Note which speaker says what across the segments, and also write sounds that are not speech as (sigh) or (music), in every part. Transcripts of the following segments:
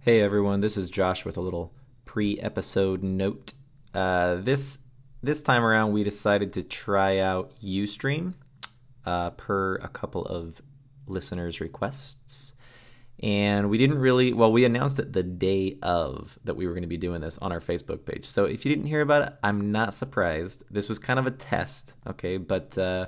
Speaker 1: Hey everyone, this is Josh with a little pre-episode note. Uh, this this time around, we decided to try out UStream uh, per a couple of listeners' requests, and we didn't really. Well, we announced it the day of that we were going to be doing this on our Facebook page. So if you didn't hear about it, I'm not surprised. This was kind of a test, okay? But uh,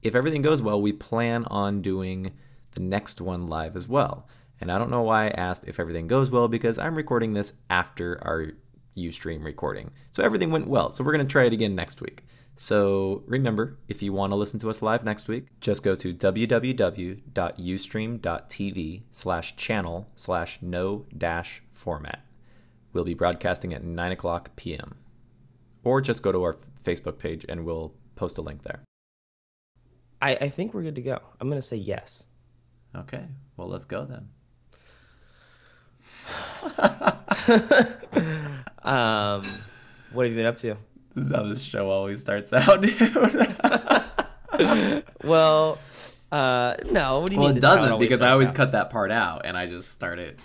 Speaker 1: if everything goes well, we plan on doing the next one live as well. And I don't know why I asked if everything goes well because I'm recording this after our Ustream recording. So everything went well. So we're going to try it again next week. So remember, if you want to listen to us live next week, just go to www.ustream.tv slash channel slash no dash format. We'll be broadcasting at 9 o'clock p.m. Or just go to our Facebook page and we'll post a link there.
Speaker 2: I, I think we're good to go. I'm gonna say yes.
Speaker 1: Okay, well, let's go then.
Speaker 2: Um, what have you been up to?
Speaker 1: This is how this show always starts (laughs) out, dude.
Speaker 2: Well, uh, no. What do you
Speaker 1: well,
Speaker 2: mean?
Speaker 1: it
Speaker 2: this is how
Speaker 1: doesn't because I
Speaker 2: starts
Speaker 1: always
Speaker 2: out?
Speaker 1: cut that part out and I just start it.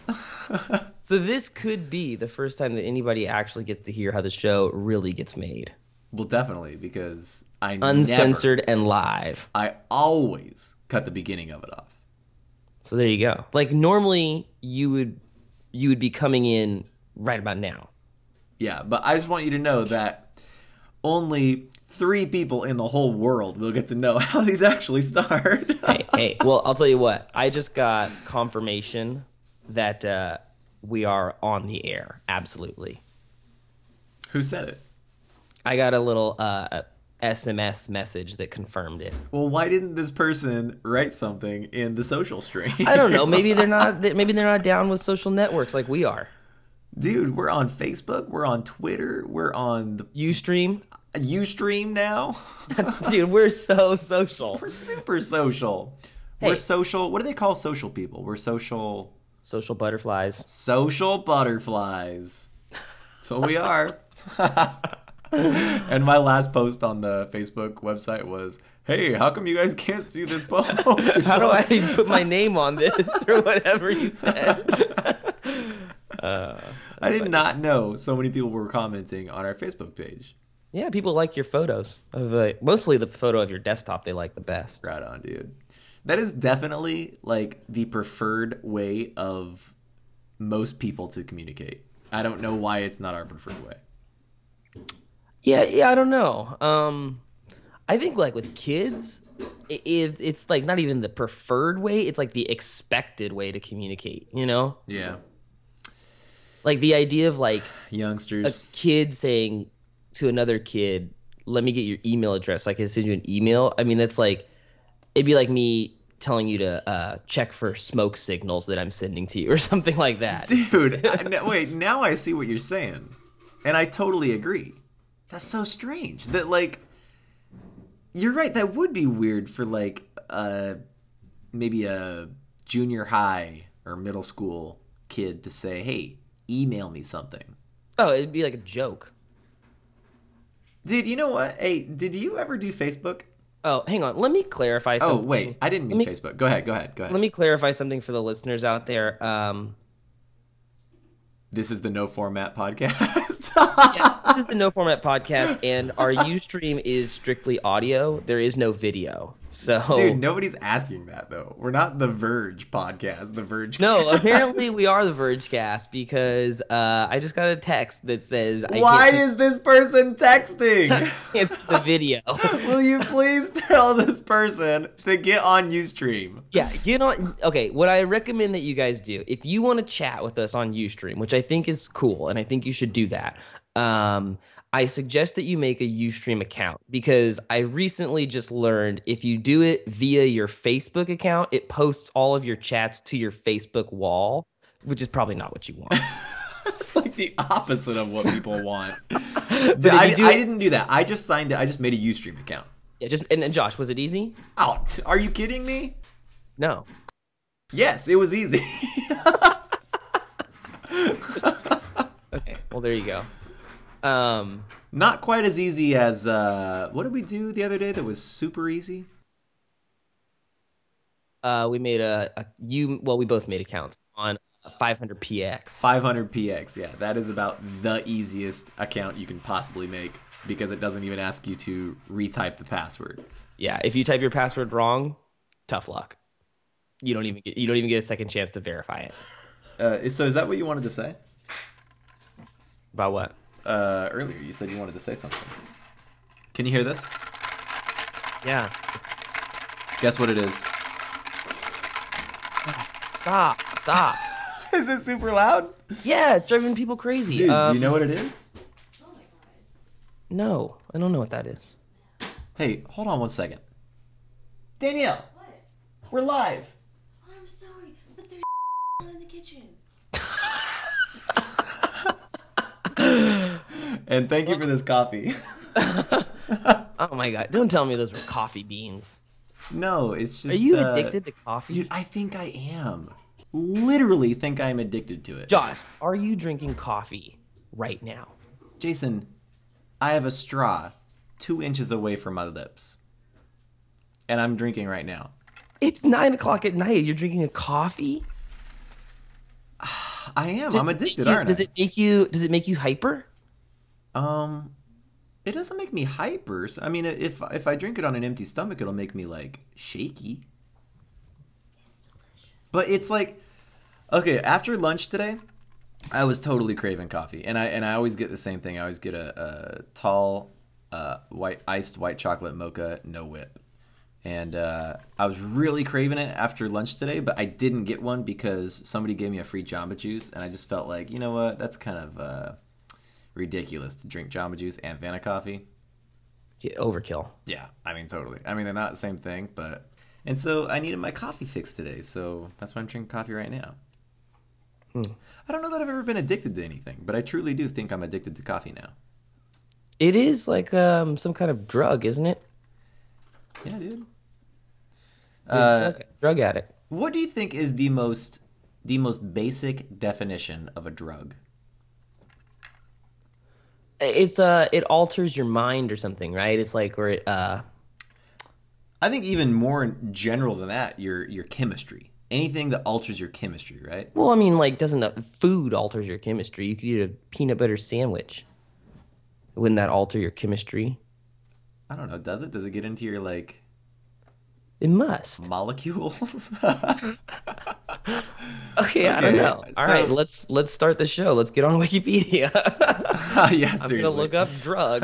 Speaker 2: So this could be the first time that anybody actually gets to hear how the show really gets made,
Speaker 1: well, definitely because I Never,
Speaker 2: uncensored and live.
Speaker 1: I always cut the beginning of it off.
Speaker 2: So there you go. Like normally you would you would be coming in right about now.
Speaker 1: Yeah, but I just want you to know that only three people in the whole world will get to know (laughs) how these actually start. (laughs)
Speaker 2: hey, hey, well, I'll tell you what. I just got confirmation that uh, we are on the air. Absolutely.
Speaker 1: Who said it?
Speaker 2: I got a little uh, SMS message that confirmed it.
Speaker 1: Well, why didn't this person write something in the social stream?
Speaker 2: I don't know. Maybe they're not. Maybe they're not down with social networks like we are.
Speaker 1: (laughs) Dude, we're on Facebook, we're on Twitter, we're on the
Speaker 2: UStream, (laughs)
Speaker 1: Ustream now. (laughs)
Speaker 2: dude, we're so social.
Speaker 1: We're super social.
Speaker 2: Hey.
Speaker 1: We're social. What do they call social people? We're social
Speaker 2: Social butterflies.
Speaker 1: social butterflies. That's what we
Speaker 2: (laughs)
Speaker 1: are. and my last post on the Facebook website was, "Hey, how come you guys can't see this post?"
Speaker 2: (laughs) How do I put my name on this (laughs) or whatever you said?
Speaker 1: I did not know so many people were commenting on our Facebook page.
Speaker 2: Yeah, people like your photos of uh, mostly the photo of your desktop. They like the best.
Speaker 1: Right on, dude. That is definitely like the preferred way of most people to communicate. I don't know why it's not our preferred way.
Speaker 2: Yeah, yeah, I don't know. Um, I think like with kids, it, it, it's like not even the preferred way; it's like the expected way to communicate. You know,
Speaker 1: Yeah.
Speaker 2: like the idea of like a
Speaker 1: Youngsters.
Speaker 2: kid saying to another kid, "Let me get your email address. I can send you an email." I mean, that's like it'd be like me telling you to uh, check for smoke signals that I'm sending to you or (laughs) something like that.
Speaker 1: Dude, I, no, wait, now I see what you're saying. And I totally agree. That's so strange that, like, you're right. That would be weird for, like, uh, maybe a junior high or middle school kid to say, hey, email me something.
Speaker 2: Oh, it'd be like a joke.
Speaker 1: Dude, you know what? Hey, did you ever do Facebook?
Speaker 2: Oh, hang on. Let me clarify.
Speaker 1: Oh,
Speaker 2: Something.
Speaker 1: wait, I didn't mean
Speaker 2: me-
Speaker 1: Facebook. Go ahead, go ahead, go ahead.
Speaker 2: Let me clarify something for the listeners out there. Um,
Speaker 1: This is the no format podcast. (laughs)
Speaker 2: yes, this is the No Format Podcast, and our Ustream is strictly audio. There is no video. So,
Speaker 1: Dude, nobody's asking that, though. We're not the Verge podcast, the Verge
Speaker 2: no, apparently we are the Verge cast because uh, I just got a text that says, I
Speaker 1: Why
Speaker 2: can't,
Speaker 1: is this person
Speaker 2: (laughs)
Speaker 1: texting?
Speaker 2: it's the video?
Speaker 1: Will you please tell this person to get on Ustream?
Speaker 2: yeah, get on. Okay, what I recommend that you guys do, if you want to chat with us on Ustream, which I think is cool, and I think you should do that, um, I suggest that you make a Ustream account because I recently just learned if you do it via your Facebook account, it posts all of your chats to your Facebook wall, which is probably not what you want.
Speaker 1: It's like the opposite of what people
Speaker 2: (laughs)
Speaker 1: want.
Speaker 2: if
Speaker 1: I,
Speaker 2: you do
Speaker 1: I
Speaker 2: it-
Speaker 1: didn't do that. I just signed it. I just made a Ustream account.
Speaker 2: yeah, just and, and Josh, was it easy?
Speaker 1: Oh, t- are you kidding me?
Speaker 2: No.
Speaker 1: Yes, it was easy. (laughs)
Speaker 2: Okay. Well, there you go. Um,
Speaker 1: Not quite as easy as uh, what did we do the other day that was super easy?
Speaker 2: uh, we made a, a you. Well, we both made accounts on 500px.
Speaker 1: 500px. Yeah, that is about the easiest account you can possibly make because it doesn't even ask you to retype the password.
Speaker 2: Yeah, if you type your password wrong, tough luck. You don't even get you don't even get a second chance to verify it.
Speaker 1: Uh, so is that what you wanted to say?
Speaker 2: About what?
Speaker 1: Uh, earlier you said you wanted to say something. Can you hear this?
Speaker 2: Yeah. It's,
Speaker 1: Guess what it is?
Speaker 2: stop. Stop.
Speaker 1: (laughs) Is it super loud?
Speaker 2: yeah, it's driving people crazy.
Speaker 1: Dude,
Speaker 2: Um,
Speaker 1: do you know what it is?
Speaker 3: Oh
Speaker 2: No, I don't know what that is.
Speaker 1: Hey, hold on one second. Danielle, we're live.
Speaker 3: Oh, I'm sorry, but there's (laughs) in the kitchen.
Speaker 1: And thank you for this coffee.
Speaker 2: Oh my god! Don't tell me those were coffee beans.
Speaker 1: (laughs) no, it's
Speaker 2: Are
Speaker 1: just.
Speaker 2: you
Speaker 1: uh,
Speaker 2: addicted to coffee?
Speaker 1: Dude, I think I am. Literally think I'm addicted to it.
Speaker 2: Josh, are you drinking coffee right now?
Speaker 1: Jason, I have a straw two inches away from my lips. And I'm drinking right now.
Speaker 2: It's nine o'clock at night. You're drinking a coffee.
Speaker 1: I am. I'm
Speaker 2: Does it make
Speaker 1: addicted,
Speaker 2: you-
Speaker 1: aren't
Speaker 2: Does
Speaker 1: I?
Speaker 2: it make you? Does it make you hyper?
Speaker 1: Um, it doesn't make me hyper. I mean, if if I drink it on an empty stomach, it'll make me like shaky. But it's like, okay, after lunch today, I was totally craving coffee, and I and I always get the same thing. I always get a, a tall, uh, white iced white chocolate mocha, no whip. And uh, I was really craving it after lunch today, but I didn't get one because somebody gave me a free Jamba Juice, and I just felt like, you know what, that's kind of uh, ridiculous to drink Jamba Juice and Vanna coffee.
Speaker 2: Yeah, overkill.
Speaker 1: Yeah, I mean totally. I mean they're not the same thing, but and so I needed my coffee fix today, so that's why I'm drinking coffee right now. I don't know that I've ever been addicted to anything, but I truly do think I'm addicted to coffee now.
Speaker 2: It is like um, some kind of drug, isn't it?
Speaker 1: Yeah, dude.
Speaker 2: You're a
Speaker 1: Uh,
Speaker 2: drug, drug addict.
Speaker 1: what do you think is the most the most basic definition of a drug?
Speaker 2: It's uh, it alters your mind or something, right? It's like where it uh,
Speaker 1: I think even more general than that, your your chemistry. Anything that alters your chemistry, right?
Speaker 2: well, I mean, like doesn't uh, food alters your chemistry? You could eat a peanut butter sandwich. Wouldn't that alter your chemistry?
Speaker 1: I don't know, does it? Does it get into your like
Speaker 2: It must. (laughs)
Speaker 1: molecules? (laughs)
Speaker 2: Okay, I don't
Speaker 1: Okay,
Speaker 2: know. All
Speaker 1: so-
Speaker 2: right, let's let's start the show. Let's get on (laughs) Wikipedia.
Speaker 1: yeah,
Speaker 2: I'm gonna
Speaker 1: seriously.
Speaker 2: look up drug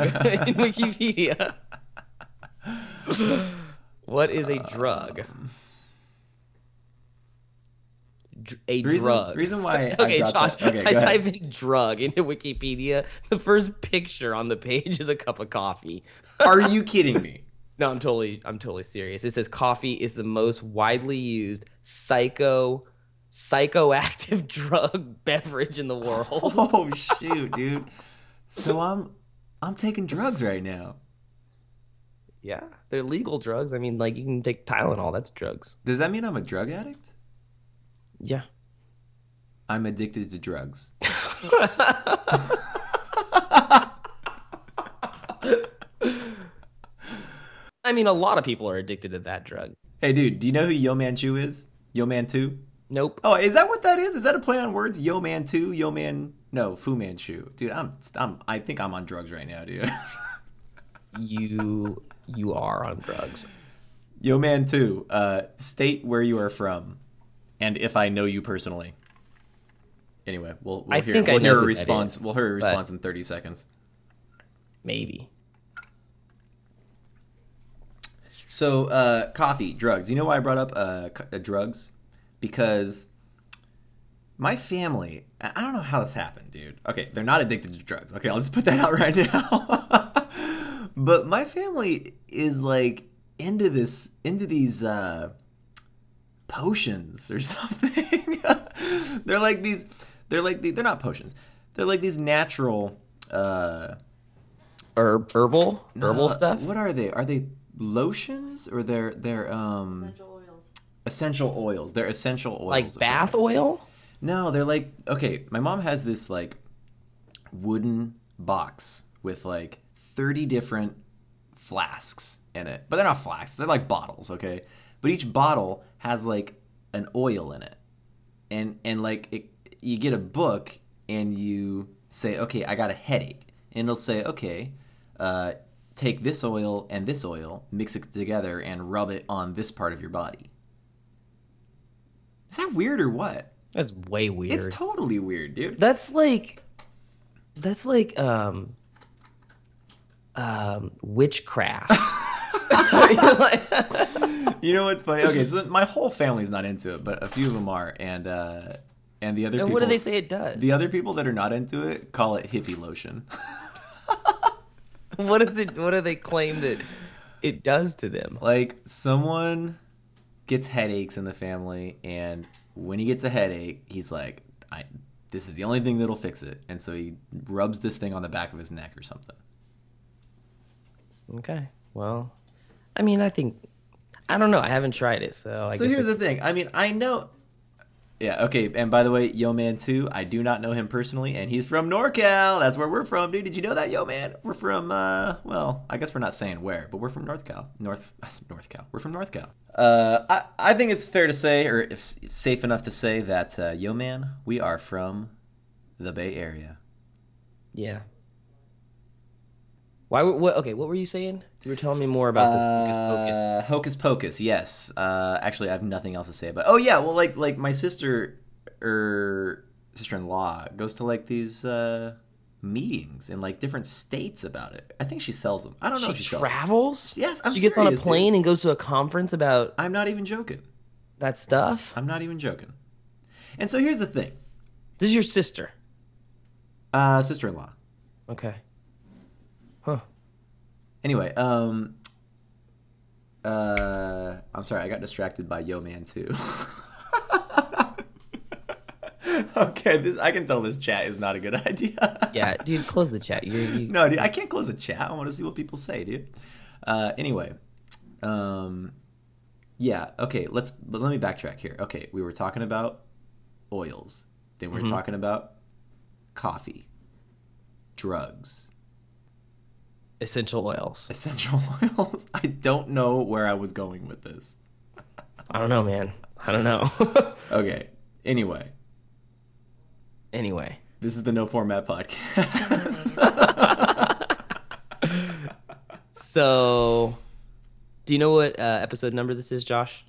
Speaker 1: (laughs)
Speaker 2: (laughs) in Wikipedia. what is
Speaker 1: Um,
Speaker 2: a drug? Dr- a
Speaker 1: reason,
Speaker 2: drug.
Speaker 1: Reason why. I
Speaker 2: (laughs) okay,
Speaker 1: dropped
Speaker 2: Josh.
Speaker 1: that- Okay, go
Speaker 2: I
Speaker 1: ahead.
Speaker 2: type in drug into Wikipedia. The first picture on the page is a cup of coffee. (laughs)
Speaker 1: Are you kidding me?
Speaker 2: No, I'm totally I'm totally serious. It says coffee is the most widely used psycho psychoactive (laughs) drug beverage in the world.
Speaker 1: (laughs) Oh shoot, dude. So I'm, I'm taking drugs right now.
Speaker 2: yeah, they're legal drugs. I mean, like you can take Tylenol, that's drugs.
Speaker 1: Does that mean I'm a drug addict?
Speaker 2: Yeah.
Speaker 1: I'm addicted to drugs.
Speaker 2: I mean, a lot of people are addicted to that drug.
Speaker 1: Hey, dude. Do you know who Yo Man Chu is? Yo Man Two.
Speaker 2: Nope.
Speaker 1: Oh, is that what that is? Is that a play on words? Yo Man Two. Yo Man. No, Fu Manchu. Dude, I'm, I'm. I think I'm on drugs right now, dude. (laughs)
Speaker 2: You you are on drugs.
Speaker 1: Yo Man Two. Uh, state where you are from, and if I know you personally. Anyway, we'll, we'll
Speaker 2: I
Speaker 1: hear
Speaker 2: think I
Speaker 1: we'll
Speaker 2: know
Speaker 1: hear a
Speaker 2: who that
Speaker 1: response.
Speaker 2: is,
Speaker 1: we'll hear a
Speaker 2: but-
Speaker 1: response in thirty seconds.
Speaker 2: Maybe.
Speaker 1: So, uh, coffee, drugs. You know why I brought up uh, c- uh, drugs? Because my family, I I don't know how this happened, dude. Okay, they're not addicted to drugs. Okay, I'll just put that out right now. (laughs) but my family is like into this, into these uh, potions or (laughs) something. (laughs) they're like these, they're like, the, they're not potions. They're like these natural, uh,
Speaker 2: Herb, herbal herbal
Speaker 1: uh,
Speaker 2: stuff.
Speaker 1: What are they? Are they lotions or they're they're um
Speaker 3: Essential oils.
Speaker 1: essential oils. They're essential oils.
Speaker 2: Like bath oil?
Speaker 1: No, they're like okay. My mom has this like wooden box with like thirty different flasks in it, but they're not flasks. They're like bottles, okay. But each bottle has like an oil in it, and and like it you get a book and you say, okay, I got a headache, and it'll say, okay, uh, take this oil and this oil, mix it together, and rub it on this part of your body. Is that weird or what?
Speaker 2: That's way weird.
Speaker 1: It's totally weird, dude.
Speaker 2: that's like that's like um um
Speaker 1: (laughs)
Speaker 2: witchcraft.
Speaker 1: You know what's funny? Okay, so my whole family's not into it, but a few of them are, and uh, and the other
Speaker 2: and
Speaker 1: people,
Speaker 2: what do they say it does?
Speaker 1: The other people that are not into it call it hippie lotion.
Speaker 2: (laughs)
Speaker 1: (laughs)
Speaker 2: what is it what do they claim that it does to them?
Speaker 1: like someone gets headaches in the family, and when he gets a headache, he's like, I, "This is the only thing that'll fix it," and so he rubs this thing on the back of his neck or something.
Speaker 2: Okay. Well, I mean, I think I don't know. I haven't tried it, so I
Speaker 1: so
Speaker 2: guess
Speaker 1: here's
Speaker 2: it-
Speaker 1: the thing. I mean, I know. Yeah. Okay. And by the way, Yo Man Two, I do not know him personally, and he's from NorCal. That's where we're from, dude. Did you know that, Yo Man? We're from. uh Well, I guess we're not saying where, but we're from North Cal. North North Cal. We're from North Cal. Uh, I I think it's fair to say, or if s- safe enough to say that uh, Yo Man, we are from the Bay Area.
Speaker 2: yeah. Why? were- What? Okay. What were you saying? You were telling me more about this hocus pocus.
Speaker 1: Uh, Hocus Pocus, yes. Uh, actually, I have nothing else to say about. Oh yeah, well, like like my sister or sister-in-law goes to like these uh, meetings in like different states about it. I think she sells them. I don't know if she
Speaker 2: She
Speaker 1: sells. Them.
Speaker 2: travels.
Speaker 1: Yes, I'm
Speaker 2: she gets on a
Speaker 1: serious, dude.
Speaker 2: plane and goes to a conference about
Speaker 1: I'm not even joking.
Speaker 2: that stuff.
Speaker 1: I'm not even joking. And so here's the thing,
Speaker 2: This is your sister.
Speaker 1: uh, sister-in-law.
Speaker 2: Okay. Huh.
Speaker 1: Anyway, um, uh, I'm sorry, I got distracted by Yo Man too. (laughs) okay, this I can tell this chat is not a good (laughs) idea.
Speaker 2: Yeah, dude. Close the chat. You. you
Speaker 1: no, dude, I can't close a chat. I want to see what people say, dude. Uh, anyway, um, yeah, okay. Let's but let me backtrack here. Okay, we were talking about oils. Then we are talking about coffee, drugs,
Speaker 2: Essential oils.
Speaker 1: essential (laughs) oils. I don't know where I was going with this.
Speaker 2: I don't know, man. I don't know. (laughs)
Speaker 1: Okay. Anyway,
Speaker 2: anyway. (laughs)
Speaker 1: this is the no format podcast.
Speaker 2: So, do you know what uh, episode number this is, Josh?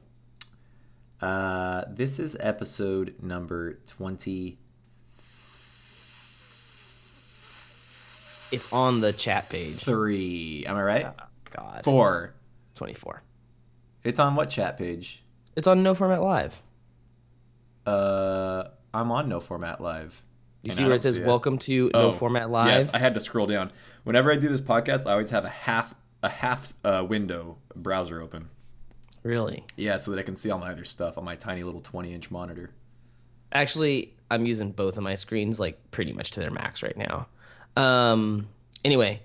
Speaker 1: uh, this is episode number twenty.
Speaker 2: It's on the chat page.
Speaker 1: Three. Am I right?
Speaker 2: God.
Speaker 1: Four.
Speaker 2: 24.
Speaker 1: It's on what chat page?
Speaker 2: It's on No Format Live.
Speaker 1: Uh, I'm on No Format Live.
Speaker 2: You
Speaker 1: And
Speaker 2: see
Speaker 1: I
Speaker 2: where
Speaker 1: don't
Speaker 2: it says
Speaker 1: see it. Oh,
Speaker 2: Welcome to No Format Live?
Speaker 1: Yes, I had to scroll down. Whenever I do this podcast, I always have a half a half uh, window browser open.
Speaker 2: Really?
Speaker 1: Yeah, so that I can see all my other stuff on my tiny little 20 inch monitor.
Speaker 2: Actually, I'm using both of my screens like pretty much to their max right now. Um anyway,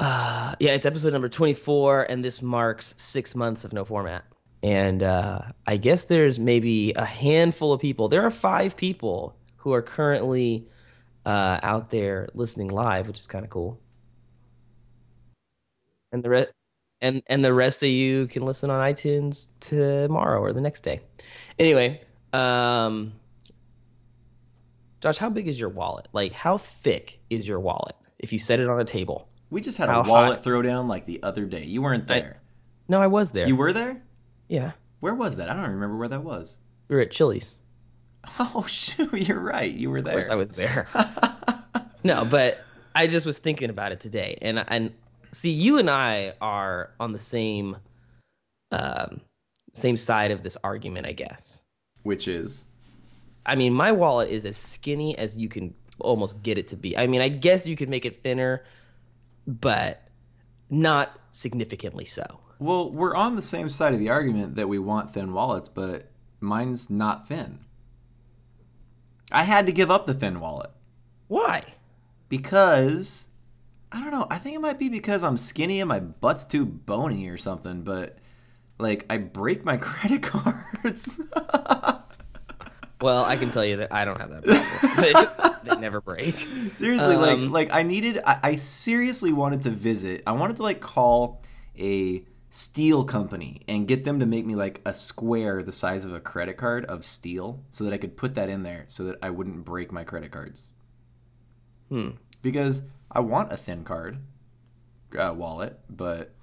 Speaker 2: uh yeah, it's episode number 24 and this marks 6 months of no format. And uh I guess there's maybe a handful of people. There are 5 people who are currently uh out there listening live, which is kind of cool. And the rest and and the rest of you can listen on iTunes tomorrow or the next day. Anyway, um, Josh, how big is your wallet? Like, how thick is your wallet? If you set it on a table.
Speaker 1: We just had
Speaker 2: How
Speaker 1: a
Speaker 2: hot?
Speaker 1: wallet throwdown like the other day. You weren't
Speaker 2: I-
Speaker 1: there.
Speaker 2: No, I was there.
Speaker 1: you were there?
Speaker 2: yeah,
Speaker 1: Where was that? I don't remember where that was. (laughs)
Speaker 2: we were at Chili's.
Speaker 1: Oh shoot, you're right. You were
Speaker 2: Of
Speaker 1: there.
Speaker 2: course, I was there. (laughs) no, but I just was thinking about it today, and and see, you and I are on the same, um, same side of this argument, I guess.
Speaker 1: Which is
Speaker 2: I mean, my wallet is as skinny as you can almost get it to be. I mean, I guess you could make it thinner, but not significantly so.
Speaker 1: well, we're on the same side of the argument that we want thin wallets, but mine's not thin. I had to give up the thin wallet
Speaker 2: Why?
Speaker 1: because I don't know. I think it might be because I'm skinny and my butt's too bony or something. But like, I break my (laughs) credit cards. (laughs)
Speaker 2: Well, I can tell you that I don't have that problem. (laughs) they, they never break.
Speaker 1: Seriously,
Speaker 2: Um,
Speaker 1: like like I needed I, I seriously wanted to visit. I wanted to like call a steel company and get them to make me like a square the size of a credit card of steel so that I could put that in there so that I wouldn't break my credit cards.
Speaker 2: Hmm.
Speaker 1: Because I want a thin card uh, wallet, but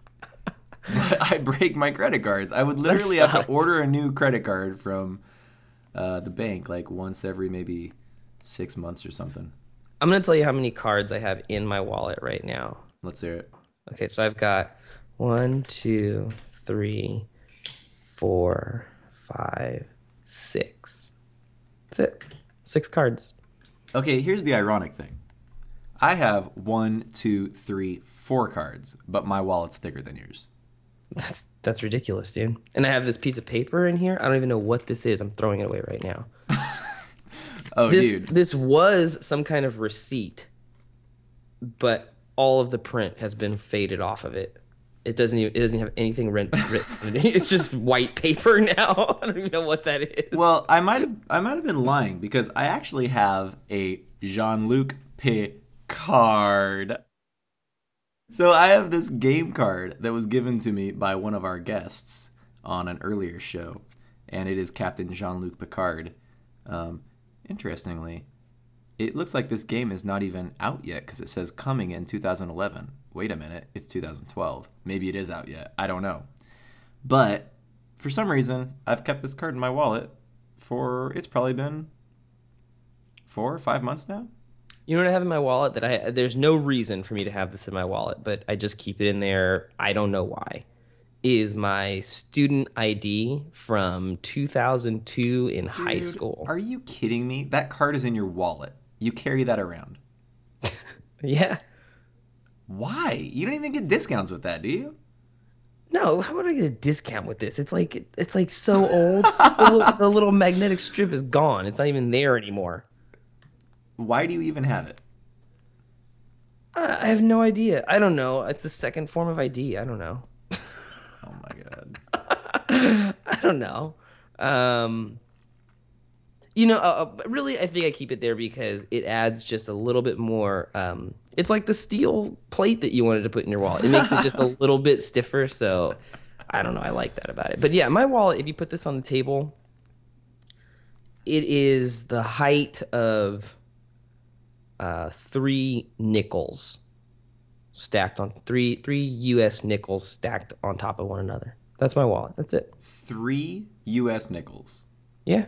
Speaker 1: I break my credit cards. I would literally have to
Speaker 2: sucks.
Speaker 1: order a new credit card from uh, the bank like once every maybe six months or something.
Speaker 2: I'm gonna tell you how many cards I have in my wallet right now.
Speaker 1: Let's hear it.
Speaker 2: Okay, so I've got one, two, three, four, five, six. That's it. Six cards.
Speaker 1: Okay, here's the ironic thing. I have one, two, three, four cards, but my wallet's thicker than yours.
Speaker 2: That's that's ridiculous, dude. And I have this piece of paper in here. I don't even know what this is. I'm throwing it away right now.
Speaker 1: Oh,
Speaker 2: this
Speaker 1: dude.
Speaker 2: this was some kind of receipt, but all of the print has been faded off of it. It doesn't even it doesn't have anything writ-
Speaker 1: (laughs)
Speaker 2: written. it's just white paper now. (laughs) I don't even know what that is.
Speaker 1: (laughs) Well, I might have I might have been lying because I actually have a Jean-Luc Picard. So I have this game card that was given to me by one of our guests on an earlier show, and it is Captain Jean-Luc Picard. Um, interestingly, it looks like this game is not even out yet because it says coming in 2011. Wait a minute, it's 2012. Maybe it is out yet. I don't know. But for some reason, I've kept this card in my wallet for it's probably been four or five months now.
Speaker 2: You know what I have in my wallet that I there's no reason for me to have this in my wallet, but I just keep it in there. I don't know why. Is my student ID from 2002 in high
Speaker 1: Dude,
Speaker 2: school?
Speaker 1: Are you kidding me? That card is in your wallet. You carry that around.
Speaker 2: yeah.
Speaker 1: Why? You don't even get discounts with that, do you?
Speaker 2: No, how would I get a discount with this? It's like it's like so old. the, little, the little magnetic strip is gone. It's not even there anymore.
Speaker 1: Why do you even have it?
Speaker 2: I, I have no idea. I don't know. It's a second form of ID. I don't know.
Speaker 1: Oh my god.
Speaker 2: (laughs) I don't know. Um, you know, uh, uh, but really, I think I keep it there because it adds just a little bit more. Um, it's like the steel plate that you wanted to put in your wallet. It makes it just a little bit stiffer. So I don't know. I like that about it. But yeah, my wallet, if you put this on the table, it is the height of uh, three nickels stacked on three three U.S. nickels stacked on top of one another. That's my wallet. That's it.
Speaker 1: Three U.S. nickels.
Speaker 2: Yeah,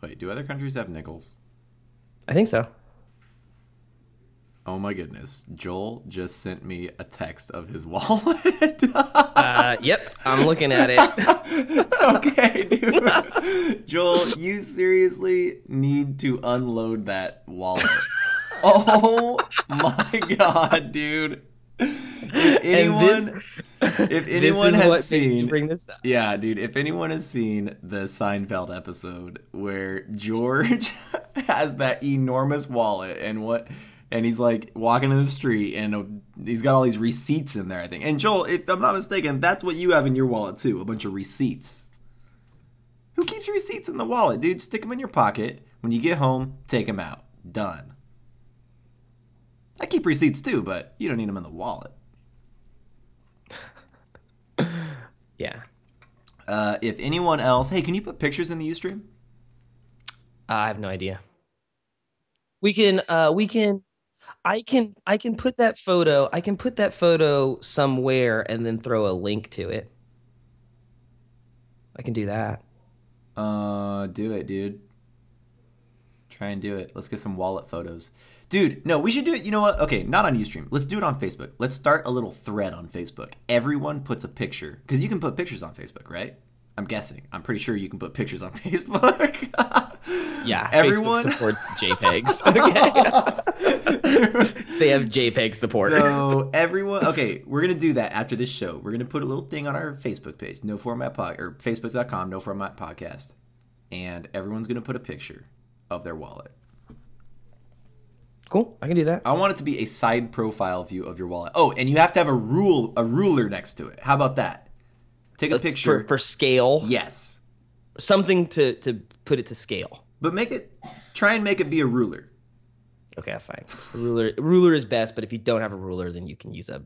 Speaker 1: Wait, do other countries have nickels?
Speaker 2: I think so.
Speaker 1: Oh my goodness. Joel just sent me a text of his (laughs) wallet.
Speaker 2: Uh, yep, I'm looking at
Speaker 1: (laughs)
Speaker 2: (laughs) it.
Speaker 1: okay, dude. (laughs) Joel, you seriously need to unload that wallet. oh my god, dude. If
Speaker 2: And
Speaker 1: anyone,
Speaker 2: (laughs) this-
Speaker 1: if anyone has
Speaker 2: made me
Speaker 1: seen,
Speaker 2: bring this up.
Speaker 1: yeah, dude. If anyone has seen the Seinfeld episode where George (laughs) has that enormous wallet and what, and he's like walking in the street and uh, he's got all these receipts in there, I think. And Joel, if I'm not mistaken, that's what you have in your wallet too, a bunch of receipts. Who keeps receipts in the wallet, dude? Stick them in your pocket. When you get home, take them out. Done. I keep receipts too, but you don't need them in the wallet.
Speaker 2: Yeah,
Speaker 1: Uh, if anyone else, hey, can you put pictures in the UStream?
Speaker 2: I have no idea. We can, uh, we can, I can, I can put that photo. I can put that photo somewhere and then throw a link to it. I can do that.
Speaker 1: Uh, do it, dude. Try and do it. Let's get some wallet photos. Dude, no, we should do it. You know what? Okay, not on Ustream. Let's do it on Facebook. Let's start a little thread on Facebook. Everyone puts a picture because you can put pictures on Facebook, right? I'm guessing. I'm pretty sure you can put pictures on (laughs) Facebook.
Speaker 2: Yeah,
Speaker 1: everyone.
Speaker 2: Facebook supports
Speaker 1: (laughs)
Speaker 2: JPEGs. (laughs) Okay, they have JPEG support.
Speaker 1: So everyone, okay, we're gonna do that after this show. We're gonna put a little thing on our Facebook page, no format pod or facebook.com, no format podcast, and everyone's gonna put a picture of their wallet.
Speaker 2: cool, I can do that.
Speaker 1: I want it to be a side profile view of your wallet. Oh, and you have to have a rule, a ruler next to it. How about that? Take a
Speaker 2: Let's-
Speaker 1: picture.
Speaker 2: for, for scale,
Speaker 1: yes,
Speaker 2: something to to put it to scale.
Speaker 1: but make it. Try and make it be a ruler.
Speaker 2: Okay, fine. A ruler ruler is best, but if you don't have a ruler, then you can use a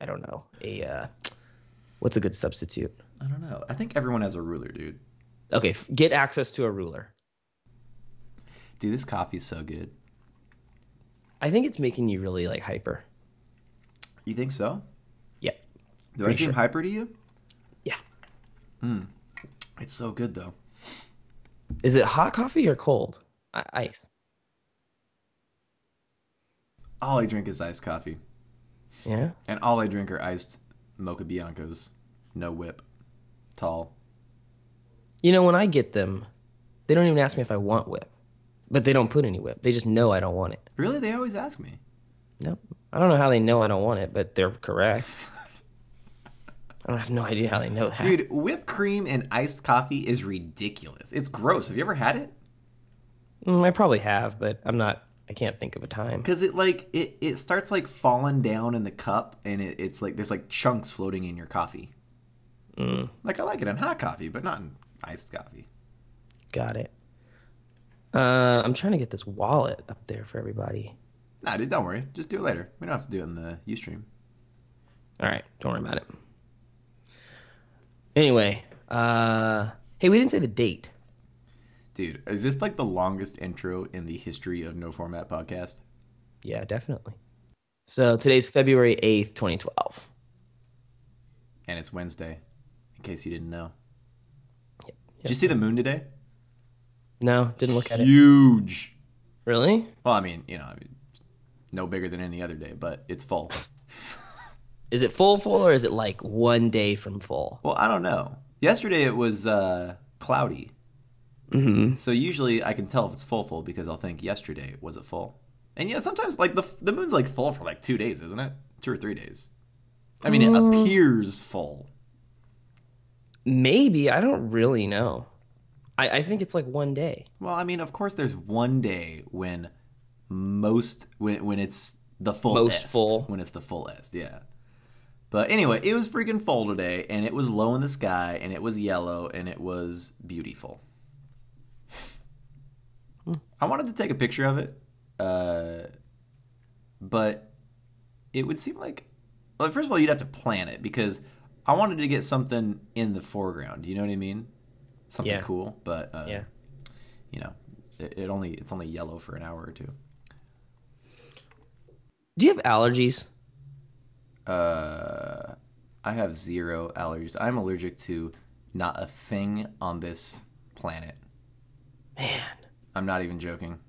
Speaker 2: I don't know a uh, What's a good substitute?
Speaker 1: I don't know. I think everyone has a ruler, dude.
Speaker 2: Okay, f- get access to a ruler.
Speaker 1: Dude, this coffee's so good.
Speaker 2: I think it's making you really like hyper.
Speaker 1: You think so?
Speaker 2: Yeah.
Speaker 1: Do I
Speaker 2: Pretty
Speaker 1: seem
Speaker 2: sure.
Speaker 1: hyper to you?
Speaker 2: Yeah.
Speaker 1: It's so good though.
Speaker 2: Is it hot coffee or cold? I- ice.
Speaker 1: All I drink is iced coffee,
Speaker 2: Yeah.
Speaker 1: and all I drink are iced mocha biancos, no whip, tall.
Speaker 2: You know, when I get them, they don't even ask me if I want whip, but they don't put any whip. They just know I don't want it.
Speaker 1: Really, they always ask (laughs) me.
Speaker 2: No, I don't know how they know I don't want it, but they're correct. (laughs) I don't have no idea how they know that.
Speaker 1: Dude, whipped cream and iced coffee is ridiculous. It's gross. Have you ever had it?
Speaker 2: Mm, I probably have, but I'm not. I can't think of a time.
Speaker 1: Cause it like it, it starts like falling down in the cup, and it, it's like there's like chunks floating in your coffee. Like I like it in hot coffee, but not in iced coffee.
Speaker 2: Got it. Uh, I'm trying to get this wallet up there for everybody.
Speaker 1: Nah, dude, don't worry. Just do it later. We don't have to do it in the UStream.
Speaker 2: All right, don't worry about it. Anyway, uh, hey, we didn't say the date.
Speaker 1: Dude, is this like the longest intro in the history of No Format Podcast?
Speaker 2: Yeah, definitely. So today's February 8th, 2012.
Speaker 1: And it's Wednesday, in case you didn't know. Did you see the moon today?
Speaker 2: No, didn't look at it.
Speaker 1: Huge.
Speaker 2: Really?
Speaker 1: Well, I mean, you know, I mean, no bigger than any other day, but it's full.
Speaker 2: Is it full full or is it like one day from full?
Speaker 1: well, I don't know. Yesterday it was uh, cloudy. Mm-hmm. So usually I can tell if it's full full because I'll think yesterday was it full. And yeah, sometimes like the f- the moon's like full for like two days, isn't it? Two or three days. I mean, it appears full.
Speaker 2: Maybe. I don't really know. I, I think it's like one day.
Speaker 1: Well, I mean, of course, there's one day when most when when it's the fullest,
Speaker 2: full.
Speaker 1: when it's the fullest, yeah. But anyway, it was freaking full today, and it was low in the sky, and it was yellow, and it was beautiful. I wanted to take a picture of it, uh, but it would seem like, well, first of all, you'd have to plan it because I wanted to get something in the foreground. You know what I mean? Something
Speaker 2: Yeah.
Speaker 1: cool, but uh,
Speaker 2: Yeah.
Speaker 1: you know, it, it only it's only yellow for an hour or two.
Speaker 2: Do you have allergies?
Speaker 1: Uh, I have zero allergies. I'm allergic to not a thing on this planet.
Speaker 2: Man,
Speaker 1: I'm not even joking.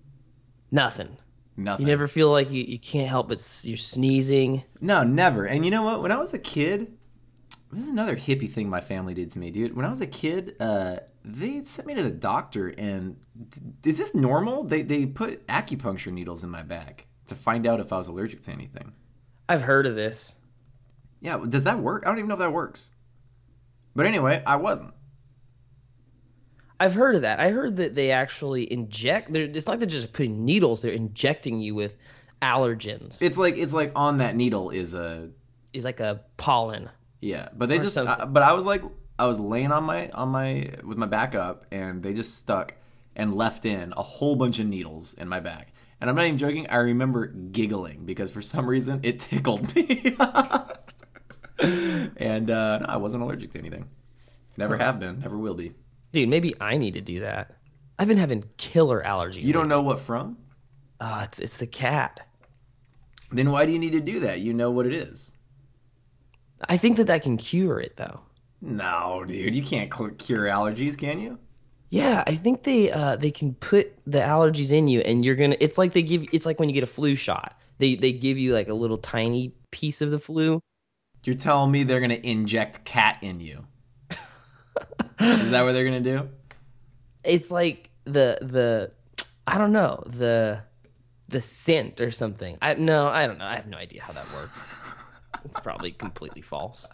Speaker 2: nothing.
Speaker 1: Nothing.
Speaker 2: You never feel like you, you can't help but s- you're sneezing.
Speaker 1: No, never. And you know what? When I was a kid, this is another hippie thing my family did to me, dude. When I was a kid, uh, they sent me to the doctor, and d- is this normal? They they put acupuncture needles in my back to find out if I was allergic to anything.
Speaker 2: I've heard of this.
Speaker 1: Yeah, does that work? I don't even know if that works. But anyway, I wasn't.
Speaker 2: I've heard of that. I heard that they actually inject. They're, it's not they're just putting needles. They're injecting you with allergens.
Speaker 1: It's like it's like on that needle is a
Speaker 2: it's like a pollen.
Speaker 1: yeah, but they just
Speaker 2: something.
Speaker 1: I, but I was like I was laying on my on my with my back up and they just stuck and left in a whole bunch of needles in my back. And I'm not even joking, I remember giggling because for some reason it tickled me. (laughs) and uh no, I wasn't allergic to anything. Never have been, never will be.
Speaker 2: Dude, maybe I need to do that. I've been having killer allergies.
Speaker 1: You don't know what from?
Speaker 2: Oh, it's it's the cat.
Speaker 1: Then why do you need to do that? You know what it is.
Speaker 2: I think that that can cure it though.
Speaker 1: No, dude, you can't cl- cure allergies, can you?
Speaker 2: Yeah, I think they uh they can put the allergies in you and you're going to it's like they give it's like when you get a flu shot. They they give you like a little tiny piece of the flu.
Speaker 1: You're telling me they're gonna inject cat in you? Is that what they're gonna do?
Speaker 2: It's like the the I don't know, the the scent or something. I no, I don't know. I have no idea how that works. it's probably completely false.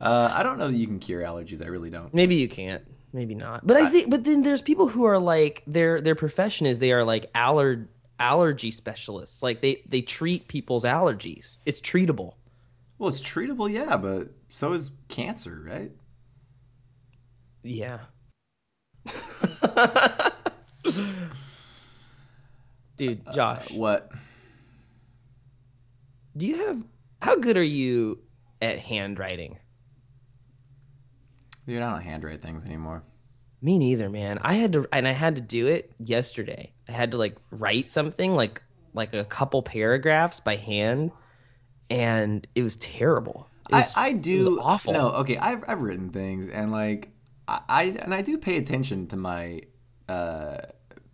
Speaker 1: Uh, I don't know that you can cure allergies. I really don't.
Speaker 2: Maybe you can't. Maybe not. But I think. But then there's people who are like their their profession is they are like aller allergy specialists. Like they they treat people's allergies. It's treatable.
Speaker 1: Well, it's treatable, yeah, but so is cancer, right?
Speaker 2: (laughs) Yeah. Dude, Josh,
Speaker 1: Uh, What?
Speaker 2: do you have how good are you at handwriting.
Speaker 1: Dude, I don't handwrite things anymore.
Speaker 2: Me neither, man. I had to, and I had to do it yesterday. I had to like write something, like like a couple paragraphs by hand, and it was terrible. It
Speaker 1: I,
Speaker 2: was-
Speaker 1: I do
Speaker 2: It was awful.
Speaker 1: No, okay, I've I've written things and like I, I and I do pay attention to my uh,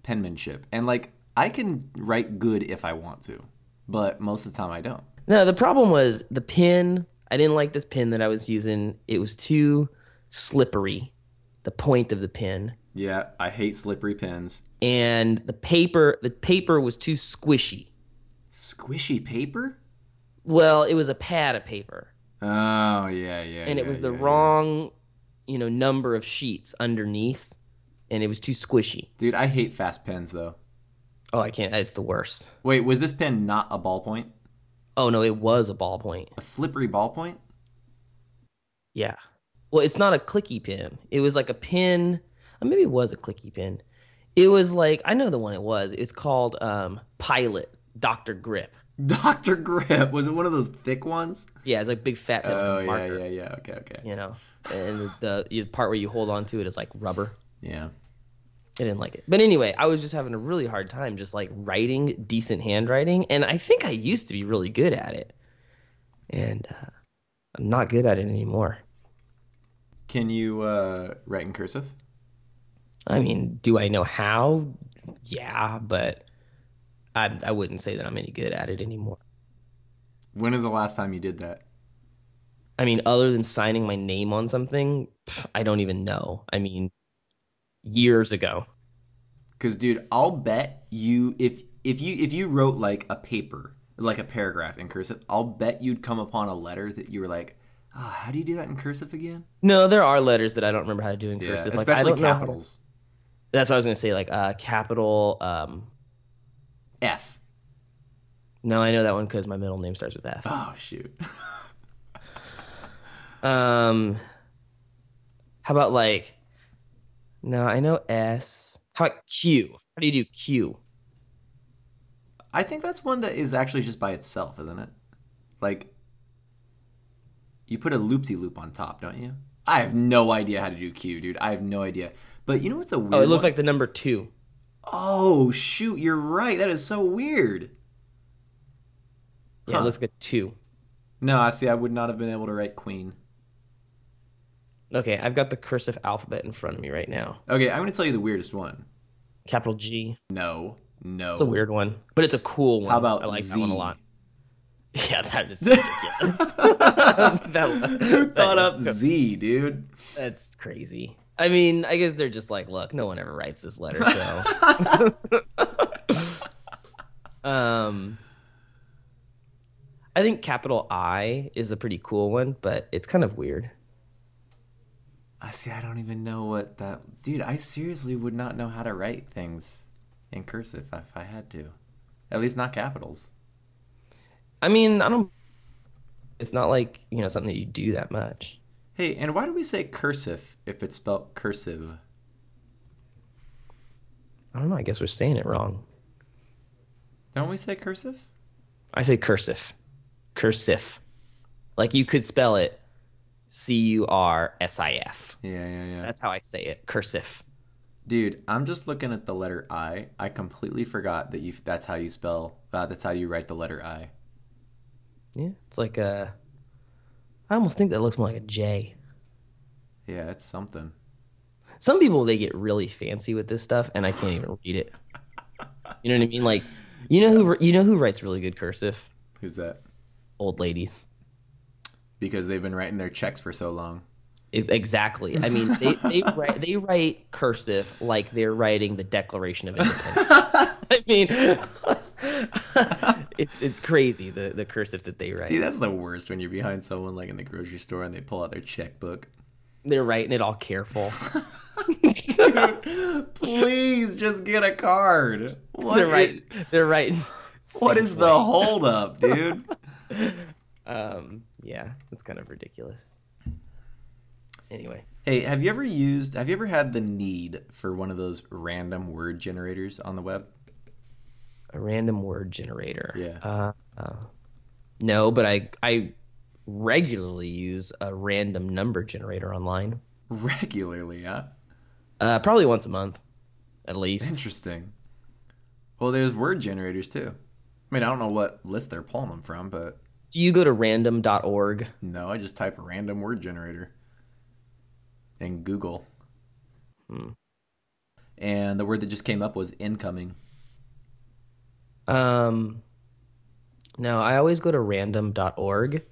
Speaker 1: penmanship and like I can write good if I want to, but most of the time I don't.
Speaker 2: No, the problem was the pin. I didn't like this pin that I was using. It was too slippery, the point of the pin,
Speaker 1: Yeah, I hate slippery pens.
Speaker 2: and the paper. The paper was too squishy.
Speaker 1: Squishy paper?
Speaker 2: Well, it was a pad of paper,
Speaker 1: Oh yeah, yeah.
Speaker 2: and it
Speaker 1: yeah,
Speaker 2: was the
Speaker 1: yeah, yeah.
Speaker 2: wrong, you know, number of sheets underneath, and it was too squishy.
Speaker 1: Dude, I hate fast pens though.
Speaker 2: Oh, I can't. It's the worst.
Speaker 1: Wait, was this pen not a ballpoint?
Speaker 2: Oh no, it was a ballpoint.
Speaker 1: A slippery ballpoint? (laughs)
Speaker 2: Yeah. Well, it's not a clicky pin. It was like a pin. Or maybe it was a clicky pin. It was like I know the one it was. It's called um, Pilot Doctor Grip.
Speaker 1: Doctor Grip was it one of those thick ones?
Speaker 2: Yeah, it's like big fat pen with a
Speaker 1: Oh yeah,
Speaker 2: marker.
Speaker 1: yeah, yeah. Okay, okay.
Speaker 2: You know, and the, the part where you hold on to it is like rubber.
Speaker 1: Yeah.
Speaker 2: I didn't like it. But anyway, I was just having a really hard time just like writing decent handwriting, and I think I used to be really good at it, and uh, I'm not good at it anymore.
Speaker 1: Can you uh, write in cursive?
Speaker 2: I mean, do I know how? Yeah, but I I wouldn't say that I'm any good at it anymore.
Speaker 1: When is the last time you did that?
Speaker 2: I mean, other than signing my name on something, pff, I don't even know. I mean, years ago.
Speaker 1: Cause, dude, I'll bet you if if you if you wrote like a paper, like a paragraph in cursive, I'll bet you'd come upon a letter that you were like, oh, how do you do that in cursive again?
Speaker 2: No, there are letters that I don't remember how to do in cursive. like, I
Speaker 1: especially
Speaker 2: don't know how-
Speaker 1: capitals.
Speaker 2: that's what I was gonna say. Like uh, capital. Um,
Speaker 1: F.
Speaker 2: no, I know that one because my middle name starts with F.
Speaker 1: Oh shoot. Ah.
Speaker 2: Um, how about like? No, I know S. How about Q? How do you do Q?
Speaker 1: I think that's one that is actually just by itself, isn't it? Like, you put a loopsy loop on top, don't you? I have no idea how to do Q, dude. I have no idea. But you know what's a weird?
Speaker 2: Oh, it looks
Speaker 1: one?
Speaker 2: like the number two.
Speaker 1: Oh shoot, you're right. That is so weird.
Speaker 2: Yeah,
Speaker 1: Huh.
Speaker 2: it looks like a two.
Speaker 1: No, I see. I would not have been able to write queen.
Speaker 2: Okay, I've got the cursive alphabet in front of me right now.
Speaker 1: Okay, I'm gonna tell you the weirdest one.
Speaker 2: Capital G.
Speaker 1: No, no.
Speaker 2: It's a weird one, but it's a cool one.
Speaker 1: How about
Speaker 2: I like that one a
Speaker 1: Z? (laughs)
Speaker 2: lot. (laughs) Yeah, that is ridiculous. (laughs) that,
Speaker 1: Who
Speaker 2: that
Speaker 1: thought
Speaker 2: is-
Speaker 1: up Z, dude?
Speaker 2: That's crazy. I mean, I guess they're just like, look, no one ever writes this letter, so. (laughs) um, I think capital I is a pretty cool one, but it's kind of weird.
Speaker 1: I see. I don't even know what that. Dude, I seriously would not know how to write things in cursive if I had to. At least not capitals.
Speaker 2: I mean, I don't. It's not like you know something that you do that much.
Speaker 1: Hey, and why do we say cursive if it's spelled cursive?
Speaker 2: I don't know. I guess we're saying it wrong.
Speaker 1: Don't we say cursive?
Speaker 2: I say cursive, cursive. Like you could spell it C U R S I F.
Speaker 1: Yeah, yeah, yeah.
Speaker 2: That's how I say it. Cursive.
Speaker 1: Dude, I'm just looking at the letter I. I completely forgot that you. That's how you spell. Uh, that's how you write the letter I.
Speaker 2: Yeah, it's like a. I almost think that looks more like a J.
Speaker 1: Yeah, it's something.
Speaker 2: Some people they get really fancy with this stuff, and I can't even read it. You know what I mean? Like, you know who you know who writes really good cursive?
Speaker 1: Who's that?
Speaker 2: Old ladies.
Speaker 1: Because they've been writing their checks for so long.
Speaker 2: Ex- Exactly. I mean, they they
Speaker 1: (laughs)
Speaker 2: write, they write cursive like they're writing the Declaration of Independence. (laughs) I mean, it's it's crazy the the cursive that they write.
Speaker 1: Dude, that's the worst when you're behind someone like in the grocery store and they pull out their checkbook.
Speaker 2: They're writing it
Speaker 1: (laughs)
Speaker 2: all careful. (laughs)
Speaker 1: Please just get a card. What
Speaker 2: they're
Speaker 1: is-
Speaker 2: right. They're right.
Speaker 1: what is the holdup, dude?
Speaker 2: Um. Yeah, it's kind of ridiculous. Anyway,
Speaker 1: Hey, have you ever used, have you ever had the need for one of those random word generators on the web?
Speaker 2: a random word generator.
Speaker 1: Yeah.
Speaker 2: Uh, uh, no, but I I regularly use a random number generator online.
Speaker 1: Regularly, huh?
Speaker 2: Uh, probably once a month, at least.
Speaker 1: Interesting. Well, there's word generators too. I mean, I don't know what list they're pulling them from, but
Speaker 2: Do you go to random.org?
Speaker 1: no, I just type random word generator in Google. And the word that just came up was incoming.
Speaker 2: Um, no, I always go to random.org,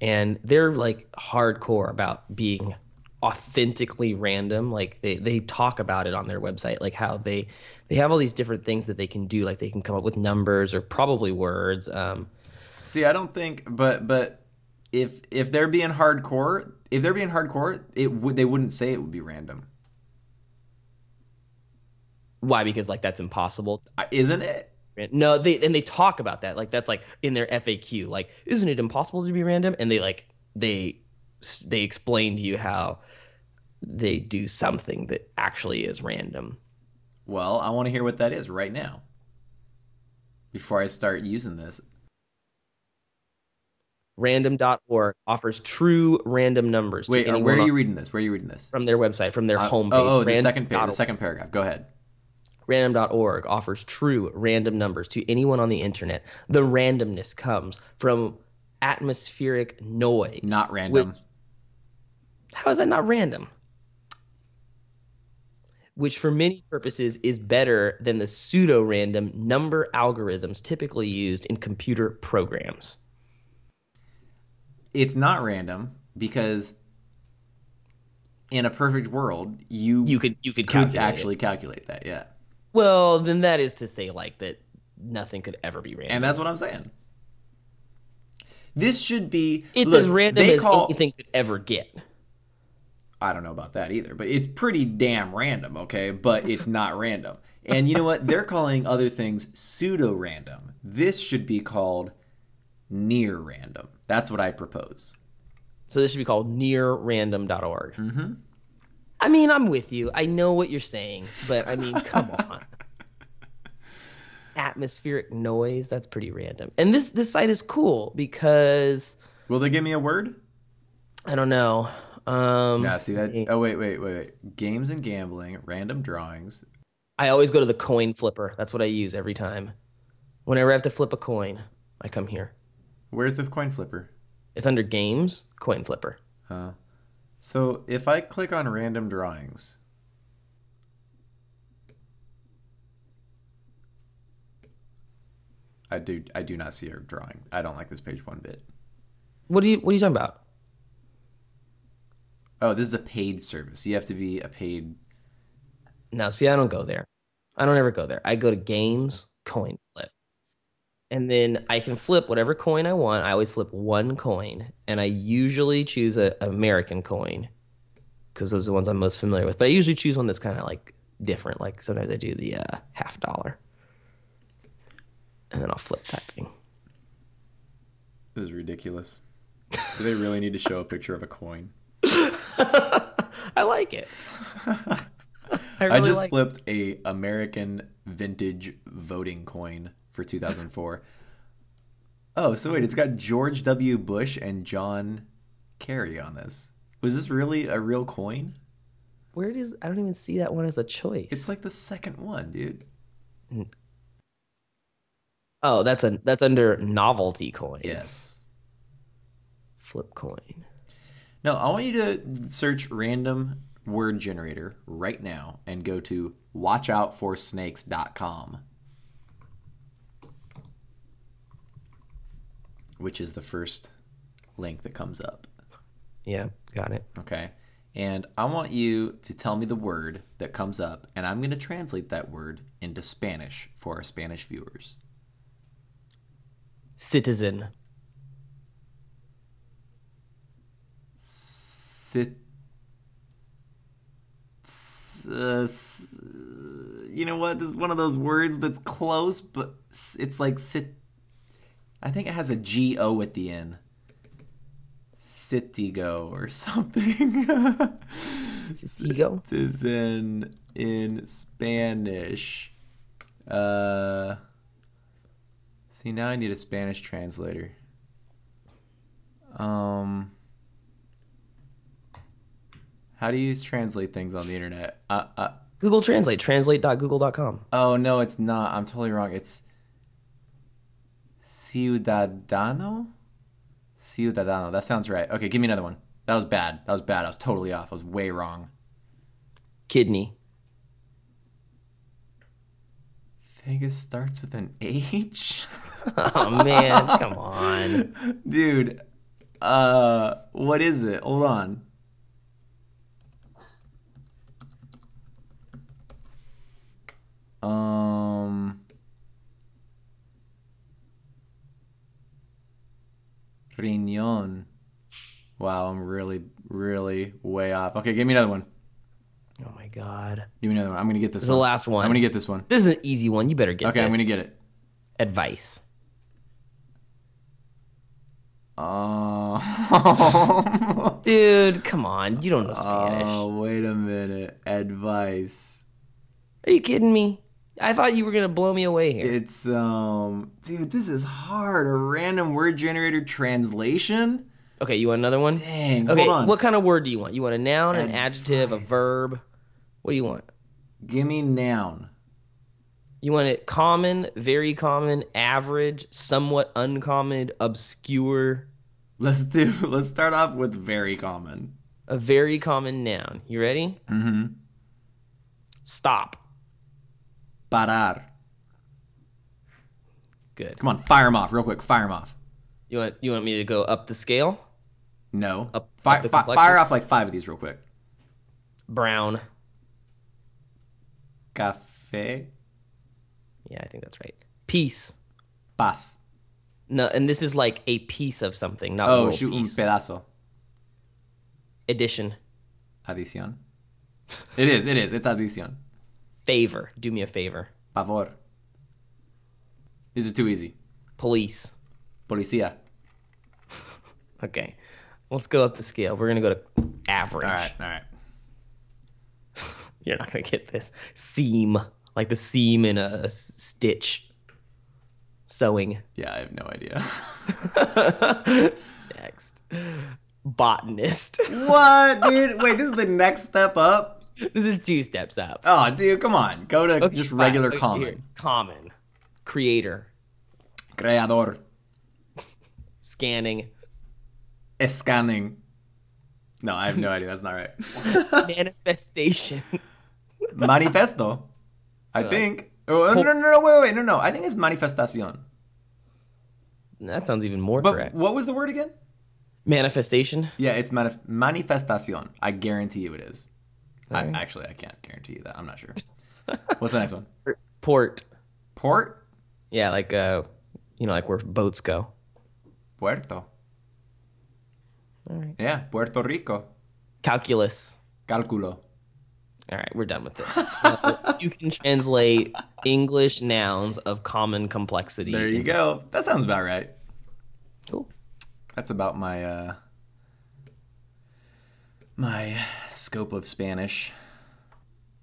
Speaker 2: and they're like hardcore about being authentically random. Like they they talk about it on their website, like how they they have all these different things that they can do. Like they can come up with numbers or probably words. Um,
Speaker 1: See, I don't think, but but if if they're being hardcore, if they're being hardcore, it would they wouldn't say it would be random,
Speaker 2: why? Because like that's impossible.
Speaker 1: I- isn't it?
Speaker 2: No, they and they talk about that. Like that's like in their FAQ. Like, isn't it impossible to be random? And they like they they explain to you how they do something that actually is random.
Speaker 1: Well, I want to hear what that is right now. Before I start using this,
Speaker 2: Random.org offers true random numbers.
Speaker 1: wait,
Speaker 2: to
Speaker 1: uh,
Speaker 2: anyone
Speaker 1: where are
Speaker 2: on-
Speaker 1: you reading this? Where are you reading this?
Speaker 2: from their website, from their
Speaker 1: Uh,
Speaker 2: homepage.
Speaker 1: Oh, oh the
Speaker 2: Random
Speaker 1: second page,
Speaker 2: dot
Speaker 1: the
Speaker 2: org.
Speaker 1: second paragraph. Go ahead.
Speaker 2: Random.org offers true random numbers to anyone on the internet. The randomness comes from atmospheric noise.
Speaker 1: Not random.
Speaker 2: Which- How is that not random? Which, for many purposes, is better than the pseudo random number algorithms typically used in computer programs.
Speaker 1: it's not random because in a perfect world, you
Speaker 2: You could you could,
Speaker 1: could
Speaker 2: calculate it.
Speaker 1: actually calculate that. Yeah,
Speaker 2: Well, then that is to say, like that nothing could ever be random.
Speaker 1: and that's what I'm saying. This should be
Speaker 2: it's
Speaker 1: look,
Speaker 2: as random
Speaker 1: they
Speaker 2: as
Speaker 1: call-
Speaker 2: anything could ever get.
Speaker 1: I don't know about that either, but it's pretty damn random, okay? But it's not (laughs) random. And you know what? They're calling other things pseudo random. This should be called near random. That's what I propose.
Speaker 2: So this should be called nearrandom.org. Mm-hmm. I mean, I'm with you. I know what you're saying, but I mean, come on. Atmospheric noise, that's pretty random. And this this site is cool because
Speaker 1: Will they give me a word?
Speaker 2: I don't know. Um
Speaker 1: Yeah, see that? Oh, wait, wait, wait, wait. Games and gambling, random drawings.
Speaker 2: I always go to the coin flipper. That's what I use every time. Whenever I have to flip a coin, I come here.
Speaker 1: Where's the coin flipper?
Speaker 2: It's under games, coin flipper.
Speaker 1: So if I click on random drawings, I do I do not see a drawing. I don't like this page one bit.
Speaker 2: What are you what are you talking about?
Speaker 1: Oh, this is a paid service. You have to be a paid.
Speaker 2: No, see, I don't go there. I don't ever go there. I go to games, coin flip. And then I can flip whatever coin I want. I always flip one coin, and I usually choose a American coin because those are the ones I'm most familiar with. But I usually choose one that's kind of like different. Like sometimes I do the uh, half dollar, and then I'll flip that thing.
Speaker 1: This is ridiculous. Do they really need to show a picture of a coin?
Speaker 2: I
Speaker 1: (laughs)
Speaker 2: like it. I
Speaker 1: I
Speaker 2: really
Speaker 1: just
Speaker 2: like.
Speaker 1: flipped a American vintage voting coin for
Speaker 2: (laughs)
Speaker 1: 2004. oh, so wait, it's got George W. Bush and John Kerry on this. Was this really a real coin?
Speaker 2: Where does I don't even see that one as a choice.
Speaker 1: It's like the second one, dude.
Speaker 2: oh, that's a that's under novelty coin.
Speaker 1: Yes.
Speaker 2: flip coin.
Speaker 1: No, I want you to search random word generator right now and go to watchoutforsnakes.com. Which is the first link that comes up.
Speaker 2: Yeah, got it.
Speaker 1: Okay. And I want you to tell me the word that comes up, and I'm going to translate that word into Spanish for our Spanish viewers.
Speaker 2: Citizen.
Speaker 1: Sit. Uh, s- you know what? This is one of those words that's close, but s- it's like sit. I think it has a G O at the end. Citigo or (laughs) something.
Speaker 2: Citigo.
Speaker 1: citizen in Spanish. Uh, see, now I need a Spanish translator. Um, how do you translate things on the internet? Uh, uh,
Speaker 2: Google Translate, translate.google.com.
Speaker 1: oh no, it's not. I'm totally wrong. It's ciudadano. Ciudadano. That sounds right. Okay, give me another one. That was bad. That was bad. I was totally off. I was way wrong.
Speaker 2: Kidney.
Speaker 1: I think it starts with an H. (laughs)
Speaker 2: Oh man, come on.
Speaker 1: Dude, uh, what is it? Hold on. Um, Riñón. Wow, I'm really, really way off. Okay, give me another one.
Speaker 2: Oh my god.
Speaker 1: Give me another one. I'm gonna get this
Speaker 2: This is the
Speaker 1: one.
Speaker 2: last one.
Speaker 1: I'm gonna get this one.
Speaker 2: This is an easy one. You better get
Speaker 1: Okay, I'm
Speaker 2: this.
Speaker 1: gonna get it.
Speaker 2: advice.
Speaker 1: (laughs) Uh,
Speaker 2: Dude, come on. You don't know Spanish.
Speaker 1: Oh, wait a minute. Advice.
Speaker 2: Are you kidding me? I thought you were gonna blow me away here.
Speaker 1: It's um dude, this is hard. A random word generator translation?
Speaker 2: okay, you want another one?
Speaker 1: Dang,
Speaker 2: okay,
Speaker 1: hold on.
Speaker 2: what kind of word do you want? You want a noun, an adjective, a
Speaker 1: Advice.
Speaker 2: verb? What do you want?
Speaker 1: Give me noun.
Speaker 2: You want it common, very common, average, somewhat uncommon, obscure,
Speaker 1: Let's do (laughs) let's start off with very common.
Speaker 2: a very common noun. You ready?
Speaker 1: Mm-hmm.
Speaker 2: Stop.
Speaker 1: Parar.
Speaker 2: Good.
Speaker 1: Come on, fire them off real quick. Fire them off.
Speaker 2: You want you want me to go up the scale?
Speaker 1: No.
Speaker 2: Up-
Speaker 1: fire,
Speaker 2: up the
Speaker 1: fi-
Speaker 2: complexion.
Speaker 1: fire off like five of these real quick.
Speaker 2: Brown.
Speaker 1: Café.
Speaker 2: Yeah, I think that's right. Piece.
Speaker 1: Paz.
Speaker 2: No, and this is like a piece of something, not
Speaker 1: Oh,
Speaker 2: whole
Speaker 1: shoot, un
Speaker 2: piece.
Speaker 1: pedazo.
Speaker 2: Addition.
Speaker 1: Adición. It is, it is. It's adición.
Speaker 2: Favor. Do me a favor.
Speaker 1: Pavor. These are too easy.
Speaker 2: Police.
Speaker 1: Policía.
Speaker 2: Okay. Let's go up the scale. We're going to go to average.
Speaker 1: All right, all right.
Speaker 2: You're not going to get this. Seam. Like the seam in a, a s- stitch. Sewing.
Speaker 1: Yeah, I have no idea. (laughs)
Speaker 2: Next. Botanist. (laughs)
Speaker 1: what, dude? Wait, this is the next step up.
Speaker 2: this is two steps up.
Speaker 1: Oh, dude, come on. Go to
Speaker 2: Okay,
Speaker 1: just
Speaker 2: fine.
Speaker 1: regular
Speaker 2: Okay,
Speaker 1: common.
Speaker 2: here. Common. Creator.
Speaker 1: Creador. (laughs)
Speaker 2: Scanning.
Speaker 1: Scanning. No, I have no idea. That's not right. (laughs)
Speaker 2: Manifestation.
Speaker 1: Manifesto. I think. Oh, no, no, no, no, wait, wait, no, no. I think it's manifestación.
Speaker 2: that sounds even more
Speaker 1: But
Speaker 2: correct.
Speaker 1: what was the word again?
Speaker 2: Manifestation.
Speaker 1: Yeah, it's manif- manifestación. I guarantee you it is. I,
Speaker 2: Alright.
Speaker 1: actually, I can't guarantee you that. I'm not sure. What's the next one?
Speaker 2: Port.
Speaker 1: Port?
Speaker 2: Yeah, like uh, you know, like where boats go.
Speaker 1: Puerto.
Speaker 2: All right.
Speaker 1: Yeah, Puerto Rico.
Speaker 2: Calculus.
Speaker 1: Cálculo.
Speaker 2: All right, we're done
Speaker 1: (laughs)
Speaker 2: with this. So you can translate English nouns of common complexity.
Speaker 1: There you go. That sounds about right.
Speaker 2: Cool.
Speaker 1: That's about my uh my scope of Spanish.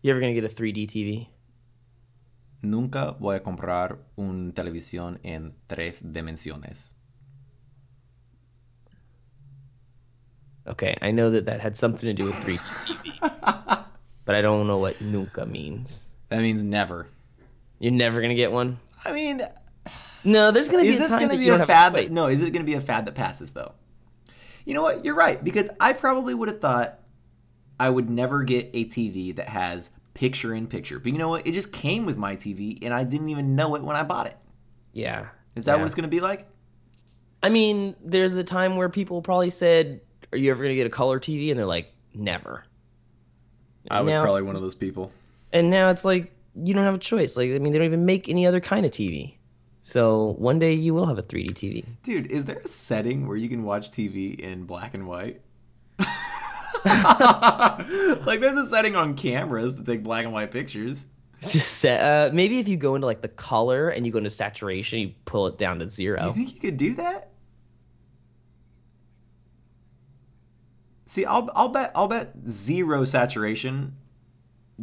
Speaker 2: You ever gonna get a 3D TV?
Speaker 1: Nunca voy a comprar un televisión en tres dimensiones.
Speaker 2: Okay, I know that that had something to do with 3D
Speaker 1: (laughs)
Speaker 2: TV, but I don't know what nunca means.
Speaker 1: That means never.
Speaker 2: You're never gonna get one.
Speaker 1: I mean,
Speaker 2: No, there's gonna be
Speaker 1: is
Speaker 2: a
Speaker 1: this
Speaker 2: time
Speaker 1: going to
Speaker 2: that
Speaker 1: be
Speaker 2: you don't
Speaker 1: a
Speaker 2: have
Speaker 1: fad?
Speaker 2: choice.
Speaker 1: That, no, is it going to be a fad that passes though? You know what? You're right because I probably would have thought I would never get a TV that has picture in picture. But you know what? It just came with my TV and I didn't even know it when I bought it.
Speaker 2: Yeah.
Speaker 1: Is that
Speaker 2: Yeah.
Speaker 1: what it's going to be like?
Speaker 2: I mean, there's a time where people probably said, "Are you ever gonna get a color TV?" And they're like, "Never."
Speaker 1: I was
Speaker 2: Now-
Speaker 1: probably one of those people.
Speaker 2: and now it's like you don't have a choice. Like I mean, they don't even make any other kind of TV. So one day you will have a 3D TV.
Speaker 1: Dude, is there a setting where you can watch TV in black and (laughs) white? like, there's a setting on cameras to take black and white pictures.
Speaker 2: It's (laughs) just set. Uh, maybe if you go into like the color and you go into saturation, you pull it down
Speaker 1: (laughs)
Speaker 2: to
Speaker 1: Do you
Speaker 2: zero.
Speaker 1: think you could do that? See, I'll I'll bet I'll bet zero saturation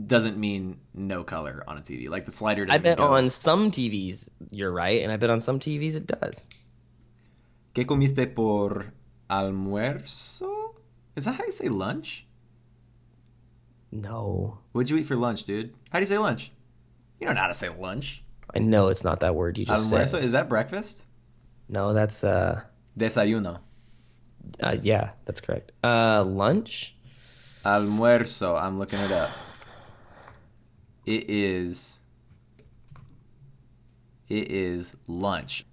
Speaker 1: doesn't mean no color on a TV. Like the slider
Speaker 2: I
Speaker 1: doesn't.
Speaker 2: bet
Speaker 1: go.
Speaker 2: on some TVs you're right, and I bet on some TVs it does.
Speaker 1: ¿Qué comiste por almuerzo? Is that how you say lunch?
Speaker 2: No,
Speaker 1: What'd you eat for lunch, dude? How do you say lunch? You don't know how to say lunch.
Speaker 2: I know it's not that word you just said.
Speaker 1: Almuerzo, is that breakfast?
Speaker 2: No, that's uh,
Speaker 1: Desayuno.
Speaker 2: uh, yeah, that's correct. Uh, lunch.
Speaker 1: Almuerzo. I'm looking it up. It is. It is lunch.